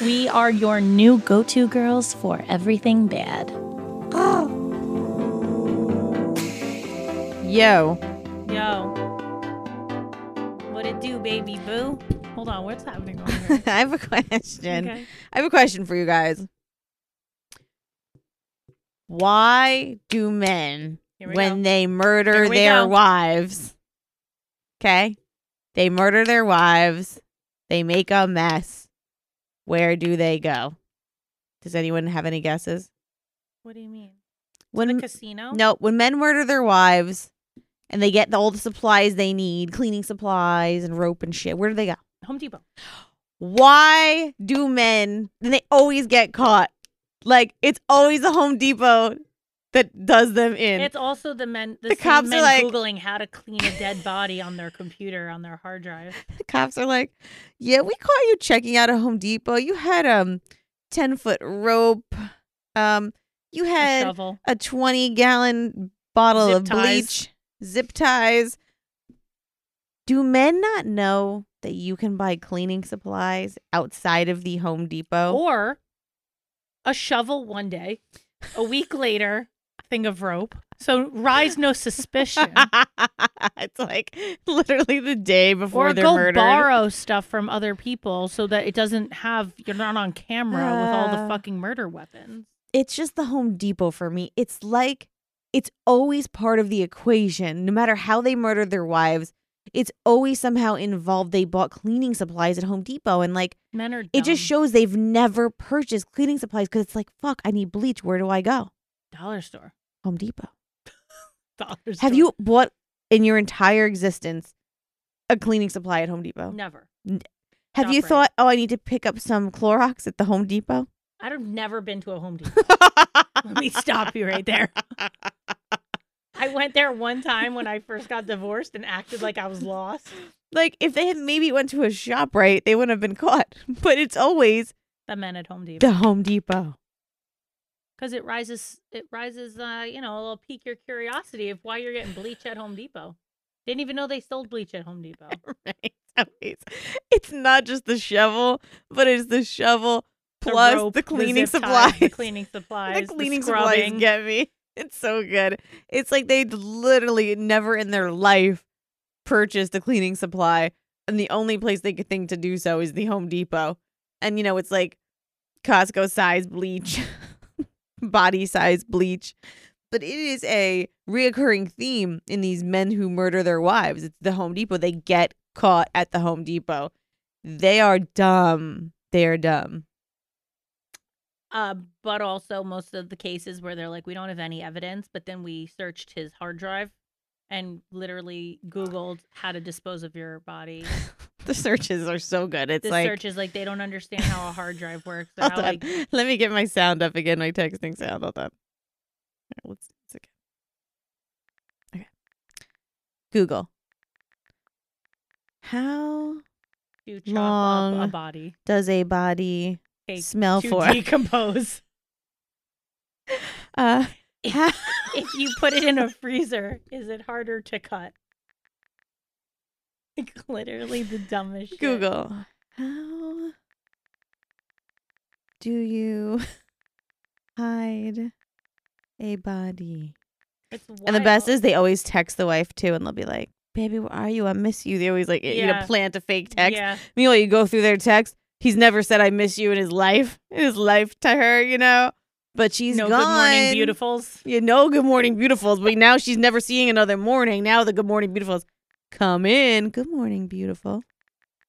We are your new go to girls for everything bad. Yo, Yo. What it do, baby boo? Hold on, what's happening on here? I have a question. Okay. I have a question for you guys. Why do men, Here we when go. they murder Here we their go. wives, okay, they murder their wives, they make a mess, where do they go? Does anyone have any guesses? What do you mean? When the casino? No, when men murder their wives and they get the, all the supplies they need, cleaning supplies and rope and shit, where do they go? Home Depot. why do men and they always get caught like it's always the home depot that does them in It's also the men, the, The same cops are men like- Googling how to clean a dead body on their computer, on their hard drive. the cops are like yeah we caught you checking out a home depot you had um 10 foot rope um you A had shovel. a 20 gallon bottle Zip of ties. bleach zip ties do men not know that you can buy cleaning supplies outside of the home depot Or a shovel one day, a week later, a thing of rope. So rise no suspicion. it's like literally the day before or they're go murdered. borrow stuff from other people so that it doesn't have you're not on camera with all the Uh. fucking murder weapons. It's just the Home Depot for me. It's like it's always part of the equation. No matter how they murdered their wives, it's always somehow involved. They bought cleaning supplies at Home Depot, and like Men are dumb. it just shows they've never purchased cleaning supplies because it's like fuck, I need bleach. Where do I go? dollar store. Home Depot. Dollar Have store. you bought in your entire existence a cleaning supply at Home Depot? never? Have you Stop right. thought, oh, I need to pick up some Clorox at the Home Depot? I've never been to a Home Depot. Let me stop you right there. I went there one time when I first got divorced and acted like I was lost. Like if they had maybe went to a shop right, they wouldn't have been caught. But it's always The men at Home Depot the Home Depot. because it rises, it rises, uh, you know, a little pique your curiosity of why you're getting bleach at Home Depot. Didn't even know they sold bleach at Home Depot. Right. Always. It's not just the shovel, but it's the shovel the plus rope, the cleaning zip ties, supplies. the cleaning supplies, the cleaning supplies scrubbing. get me. It's so good. It's like they literally never in their life purchased a cleaning supply, and the only place they could think to do so is the Home Depot. And you know, it's like Costco size bleach, body size bleach. But it is a reoccurring theme in these men who murder their wives. It's the Home Depot. They get caught at the Home Depot. They are dumb. They are dumb. Uh, but also most of the cases where they're like, we don't have any evidence, but then we searched his hard drive and literally Googled how to dispose of your body. The searches are so good. It's This like search is like they don't understand how a hard drive works. or Hold how, on. like, Let me get my sound up again, my texting sound. Hold on. All right, let's do this again. Okay. Google. How you chop up a Long body, does a body take smell to for? decompose. Uh, how- if you put it in a freezer, is it harder to cut? Like literally the dumbest shit. Google. How do you hide a body? It's wild. And the best is they always text the wife too, and they'll be like, "Baby, where are you? I miss you." They always like e, you Yeah. know plant a fake text. Yeah. Meanwhile, you go through their text. He's never said "I miss you" in his life, in his life to her, you know. But she's no gone. good morning, beautifuls. You know, good morning, beautifuls. But now she's never seeing another morning. Now the good morning, beautifuls come in. Good morning, beautiful.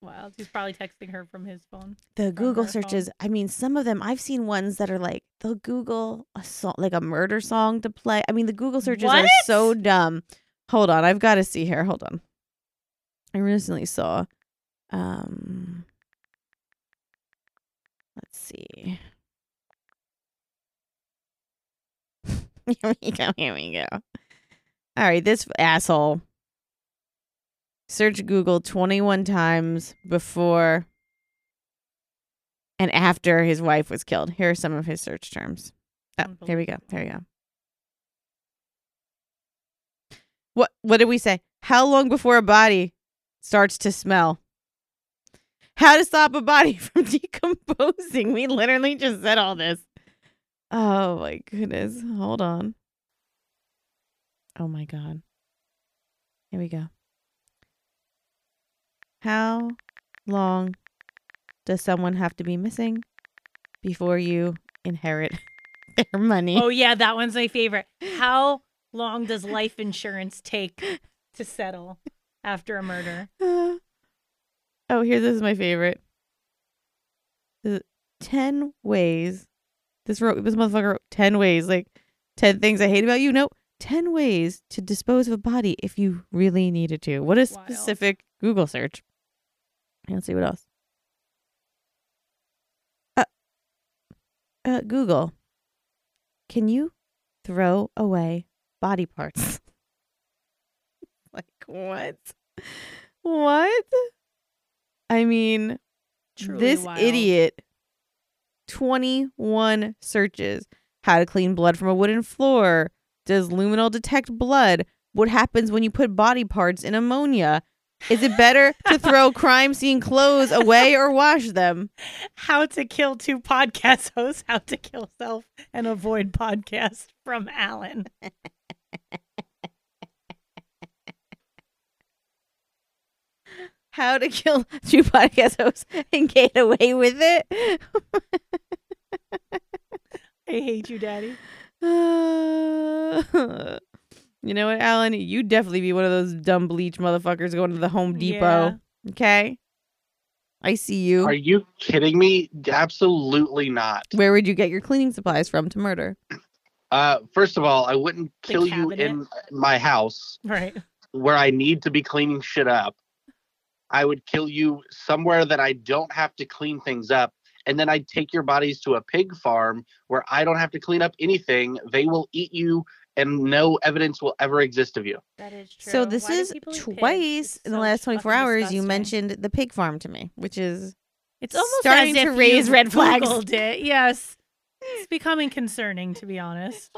Wild. He's probably texting her from his phone. The Google her searches. I mean, some of them I've seen ones that are like they'll Google a song, like a murder song to play. I mean, the Google searches are What? so dumb. Hold on, I've got to see here. Hold on. I recently saw. Um, let's see. here we go. Here we go. All right, this asshole. Search Google 21 times before and after his wife was killed. Here are some of his search terms. Oh, here we go. Here we go. What what did we say? How long before a body starts to smell? How to stop a body from decomposing. We literally just said all this. Oh my goodness. Hold on. Oh my god. Here we go. How long does someone have to be missing before you inherit their money? Oh yeah, that one's my favorite. How long does life insurance take to settle after a murder? Uh, oh, here, this is my favorite. This is 10 ways. This wrote, this motherfucker wrote 10 ways, like 10 things I hate about you. Nope. 10 ways to dispose of a body if you really needed to. What a Wild. specific Google search. Let's see what else. Uh, uh, Google, can you throw away body parts? like, what? What? I mean, Truly this wild. idiot 21 searches how to clean blood from a wooden floor does luminol detect blood what happens when you put body parts in ammonia is it better to throw crime scene clothes away or wash them How to kill two podcast hosts, how to kill self and avoid podcast from Alan. how to kill two podcast hosts and get away with it I hate you, Daddy. Uh, you know what alan you definitely be one of those dumb bleach motherfuckers going to the home depot Yeah. okay i see you Are you kidding me? Absolutely not. Where would you get your cleaning supplies from to murder? Uh, first of all, I wouldn't The kill you in cabinet. my house Right. where I need to be cleaning shit up. I would kill you somewhere that I don't have to clean things up. And then I'd take your bodies to a pig farm where I don't have to clean up anything. They will eat you and no evidence will ever exist of you. That is true. So this Why do is people eat pigs? twice It's in the so last 24 fucking hours you disgusting. mentioned the pig farm to me, which is It's almost starting as to if raise you red flags. Googled it. Yes. It's becoming concerning, to be honest.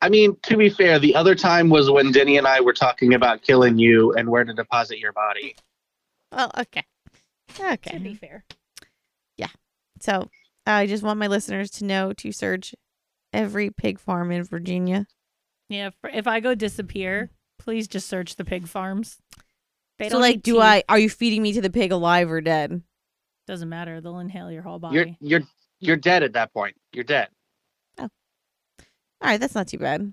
I mean, to be fair, the other time was when Denny and I were talking about killing you and where to deposit your body. well, okay. To be Okay. fair. So, I just want my listeners to know to search every pig farm in Virginia. Yeah. for- If I go disappear, please just search the pig farms. They so don't like need do teeth. I are you feeding me to the pig alive or dead? Doesn't matter. They'll inhale your whole You're body. you're you're dead at that point. You're dead. All right, that's not too bad.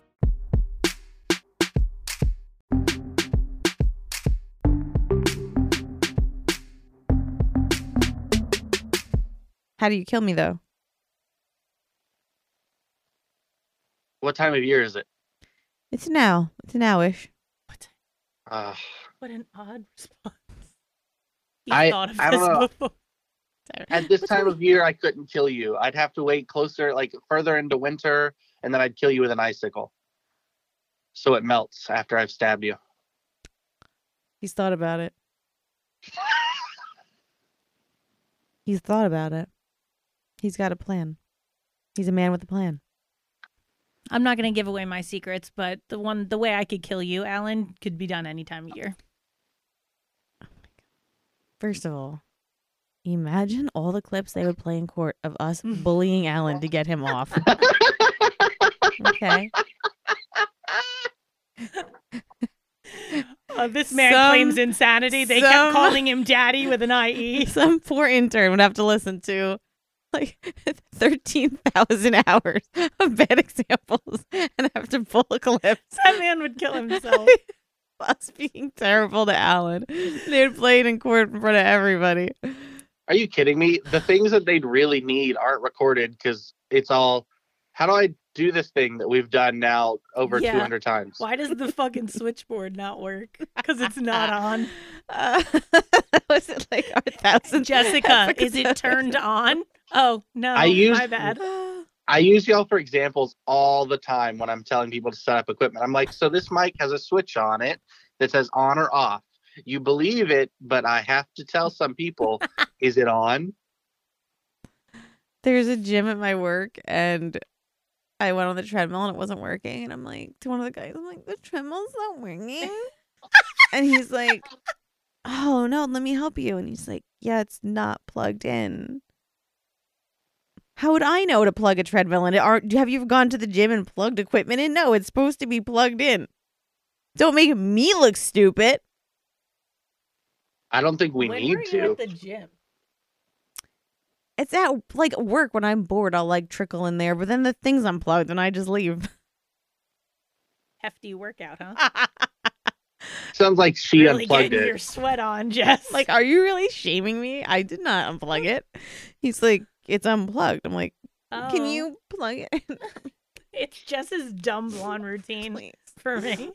How do you kill me though? What time of year is it? It's now. It's nowish. Uh, What an odd response. He I- thought of I this don't know. before. at this time of year, I couldn't kill you. I'd have to wait closer, like further into winter, and then I'd kill you with an icicle. So it melts after I've stabbed you. He's thought about it. He's thought about it. He's got a plan. He's a man with a plan. I'm not going to give away my secrets, but the one, the way I could kill you, Alan, could be done any time of year. First of all, imagine all Hmm. the clips they would play in court of us bullying Alan to get him off. Okay. Uh, this man Some- claims insanity. They some- kept calling him daddy with an E. IE. Some poor intern would have to listen to like 13,000 hours of bad examples and have to pull a clip That man would kill himself. us being terrible to Alan. They would play it in court in front of everybody. Are you kidding me? The things that they'd really need aren't recorded because it's all. How do I do this thing that we've done now over Yeah. 200 times? Why does the fucking switchboard not work? Because it's not on. Uh, was it like our thousand? Jessica, is it turned on? Oh no, I used- my bad. I use y'all for examples all the time when I'm telling people to set up equipment. I'm like, so this mic has a switch on it that says on or off. You believe it, but I have to tell some people, is it on? There's a gym at my work, and I went on the treadmill and it wasn't working. And I'm like to one of the guys, I'm like, the treadmill's not working. and he's like, Oh no, let me help you. And he's like, Yeah, it's not plugged in. How would I know to plug a treadmill in? Are have you gone to the gym and plugged equipment in? No, it's supposed to be plugged in. Don't make me look stupid. I don't think we when need were you to. at the gym? It's at like work when I'm bored, I'll like trickle in there, but then the thing's unplugged and I just leave. Hefty workout, huh? Sounds like she really unplugged getting it. your sweat on, Jess. like, are you really shaming me? I did not unplug it. He's like, it's unplugged. I'm like, can Oh, you plug it in, It's Jess's dumb blonde routine please? for me.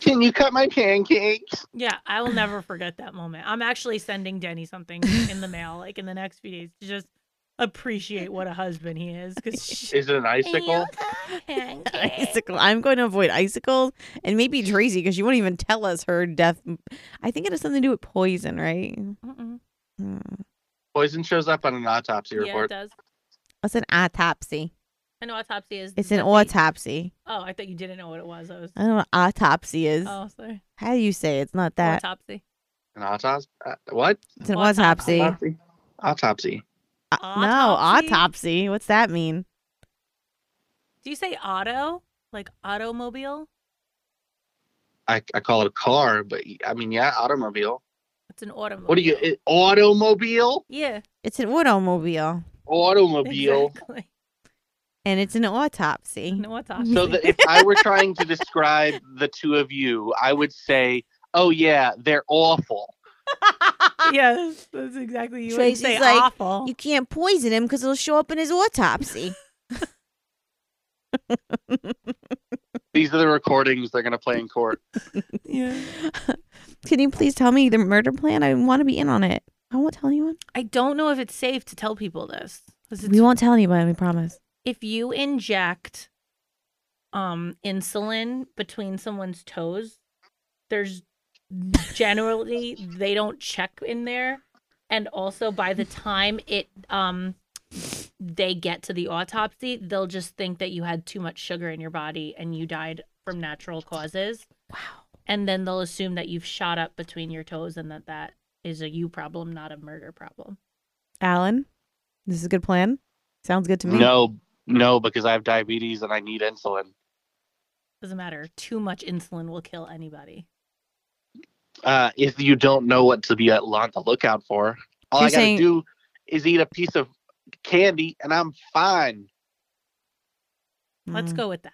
Can you cut my pancakes? Yeah, I will never forget that moment. I'm actually sending Denny something in the mail, like in the next few days, to just appreciate what a husband he is. Because Is it an icicle? Icicle. I'm going to avoid icicles and maybe Tracy because she won't even tell us her death. I think it has something to do with poison, right? Hmm. Poison shows up on an autopsy yeah, it report. does. It's an autopsy. An autopsy is. It's an that they- autopsy. Oh, I thought you didn't know what it was. I was. I don't know what autopsy is. Oh, sorry. How do you say it? it's not that? Autopsy. An autopsy? Uh, what? It's an autopsy. autopsy. Autopsy. Autopsy. Uh, no, autopsy. What's that mean? Do you say auto? Like automobile? I, I call it a car, but I mean, yeah, automobile. It's an automobile. What do you? it- automobile? Yeah. It's an automobile Automobile. Exactly. and it's an autopsy. An autopsy. So that if I were trying to describe the two of you, I would say, "Oh yeah, they're awful." yes, that's exactly you. Would Tracy's say like, awful. You can't poison him because it'll show up in his autopsy. These are the recordings they're going to play in court. Yeah. Can you please tell me the murder plan? I want to be in on it. I won't tell anyone. I don't know if it's safe to tell people this. 'cause it's- We won't tell anyone. We promise. if you inject um insulin between someone's toes, there's generally they don't check in there. And also by the time it um they get to the autopsy, they'll just think that you had too much sugar in your body and you died from natural causes. Wow. And then they'll assume that you've shot up between your toes and that that is a you problem, not a murder problem. Alan, this is a good plan. Sounds good to me. No, no, because I have diabetes and I need insulin. Doesn't matter. Too much insulin will kill anybody. Uh, if you don't know what to be at- on the lookout for, all You're I got to saying- do is eat a piece of candy and I'm fine. Let's Mm. go with that.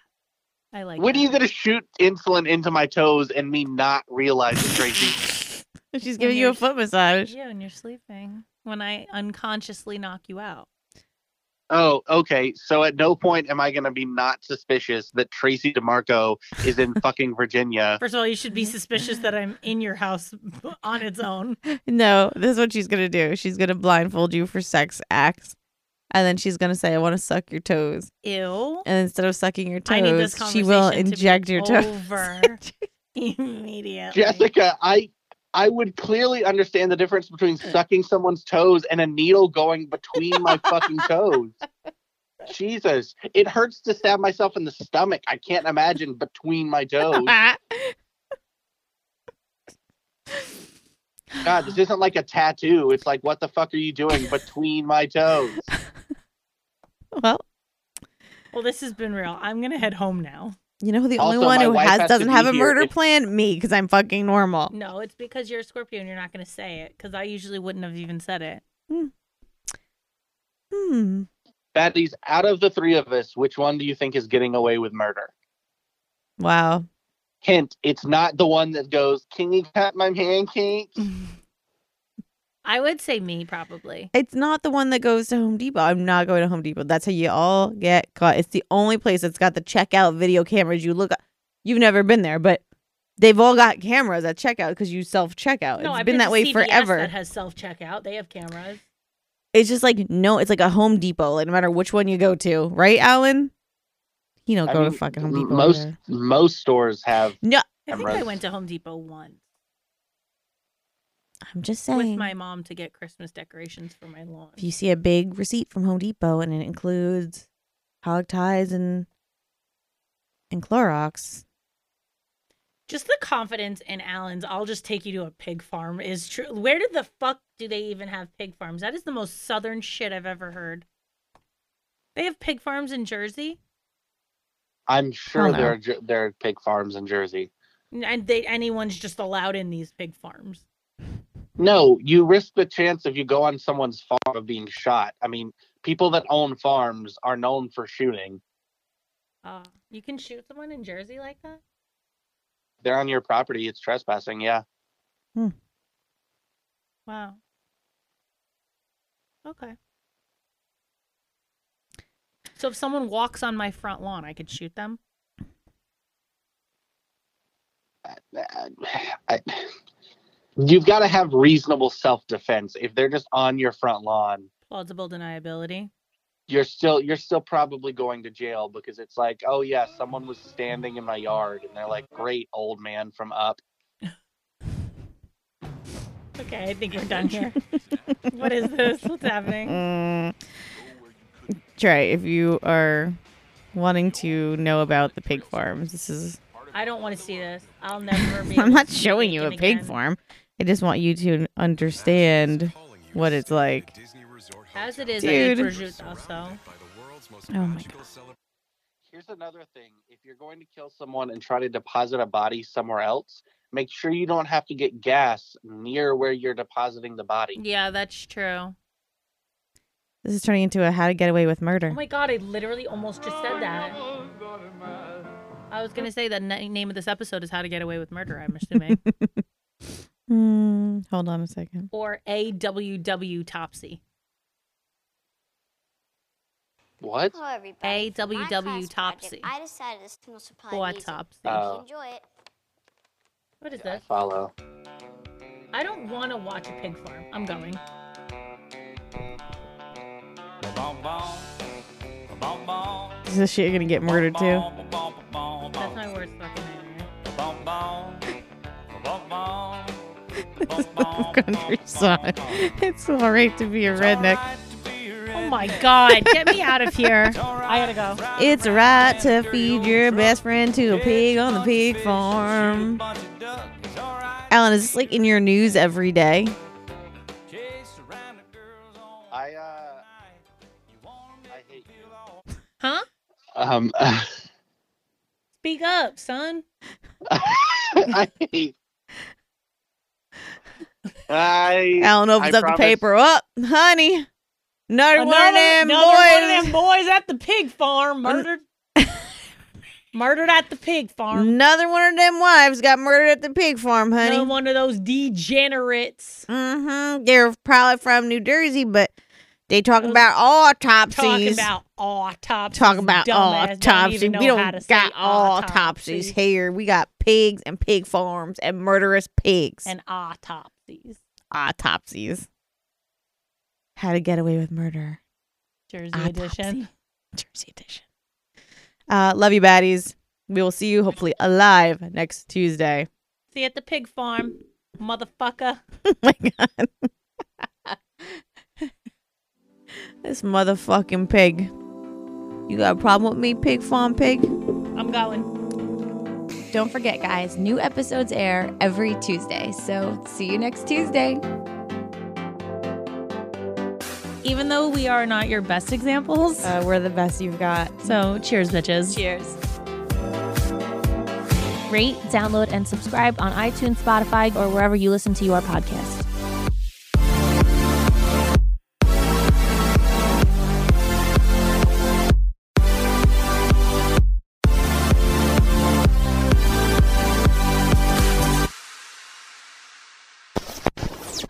I like. When are that. you going to shoot insulin into my toes and me not realize it, Tracy? She's When giving you a you're- foot massage. Yeah, when you're sleeping. When I unconsciously knock you out. Oh, okay. So at no point am I going to be not suspicious that Tracy DeMarco is in fucking Virginia. First of all, you should be mm-hmm. suspicious that I'm in your house on its own. No, this is what she's gonna do. She's gonna blindfold you for sex acts, and then she's gonna say, "I want to suck your toes." Ew. And instead of sucking your toes, I need this she conversation will to be inject your toes. over immediately. Jessica, I I would clearly understand the difference between sucking someone's toes and a needle going between my fucking toes. Jesus, it hurts to stab myself in the stomach. I can't imagine between my toes. God, this isn't like a tattoo. It's like, what the fuck are you doing between my toes? well, Well, this has been real. I'm gonna head home now. You know who the only Also, one my who wife has has to doesn't be have a here. murder It's- plan? Me, because I'm fucking Oh. normal. No, it's because you're a Scorpio and you're not gonna say it because I usually wouldn't have even said it. Hmm. Baddies, out of the three of us, which one do you think is getting away with murder? Wow. Hint, it's not the one that goes, Can you cut my pancake? I would say me probably. It's not the one that goes to Home Depot. I'm not going to Home Depot. That's how you all get caught. It's the only place that's got the checkout video cameras. You look, you've never been there, but they've all got cameras at checkout because you self checkout. It's I've been, that to way CVS forever. That has self checkout. They have cameras. it's just like no, it's like a Home Depot. Like no matter which one you go to, right, Alan? You don't I go mean, to fucking Home m- Depot. most either. most stores have No, I think I Cameras. went to Home Depot once I'm just with saying. my mom to get Christmas decorations for my lawn. if you see a big receipt from Home Depot and it includes hog ties and and Clorox, Just the confidence in Alan's, I'll just take you to a pig farm is true. Where did the fuck do they even have pig farms? That is the most southern shit I've ever heard. They have pig farms in Jersey, I'm sure Hell no. there are Jer- there are pig farms in Jersey. N- and they anyone's just allowed in these pig farms. No, you risk the chance if you go on someone's farm of being shot. I mean, people that own farms are known for shooting. Uh, you can shoot someone in Jersey like that? They're on your property. It's trespassing. Yeah. Wow. Okay. So if someone walks on my front lawn, I could shoot them. I, you've got to have reasonable self defense. If they're just on your front lawn, Plausible deniability. you're still you're still probably going to jail because it's like, oh yeah, someone was standing in my yard, and they're like, great old man from up. Okay, I think we're done here. what is this? What's happening? Mm. Trey, if you are wanting to know about the pig farms, this is. I don't want to see this. I'll never be. I'm able not to see showing you a bacon pig again. farm. I just want you to understand what it's like. As it is, Dude. I need prosciutto. So Oh my Here's another thing: if you're going to kill someone and try to deposit a body somewhere else, make sure you don't have to get gas near where you're depositing the body. yeah, that's true. This is turning into a how to get away with Oh murder. my god, I literally almost just said that. I was gonna say the na- name of this episode is "How to Get Away with Murder." I'm assuming, Hmm, hold on a second. or AWW Topsy. What? Hello, everybody. For my AWW class Topsy. project, I decided this will supply What's music. Topsy? Hope Oh. you enjoy it. Uh, What is I this? follow. I don't want to watch a pig farm. I'm going. Is this shit gonna get murdered too? That's my worst fucking nightmare. Country song. It's alright to be a redneck. Oh my god, get me out of here! I gotta go. It's right to feed your best friend to a pig on the pig farm. Alan, is this like in your news every day? I uh, I hate you. Huh? Um, Speak up, son. I hate. I Alan opens I up promise- the paper. Up, honey. Another, one of them another one of boys. them boys at the pig farm murdered. murdered at the pig farm. Another one of them wives got murdered at the pig farm, honey. Another one of those degenerates Mm-hmm. They're probably from New Jersey, but they talking Those- about autopsies. talking about autopsies. talking about dumbass, don't autopsies. even know We how to don't say got autopsies autopsy here. We got pigs and pig farms and murderous pigs and autopsies. autopsies. How to get away with murder. Jersey Autopsy. edition. Jersey edition. Uh, love you, baddies. We will see you hopefully alive next Tuesday. See you at the pig farm, motherfucker. oh my god. this motherfucking pig. You got a problem with me, pig farm pig? I'm going. Don't forget, guys, new episodes air every Tuesday. So see you next Tuesday. even though we are not your best examples. Uh, we're the best you've got. so cheers, bitches. Cheers. Rate, download, and subscribe on iTunes, Spotify, or wherever you listen to your podcast.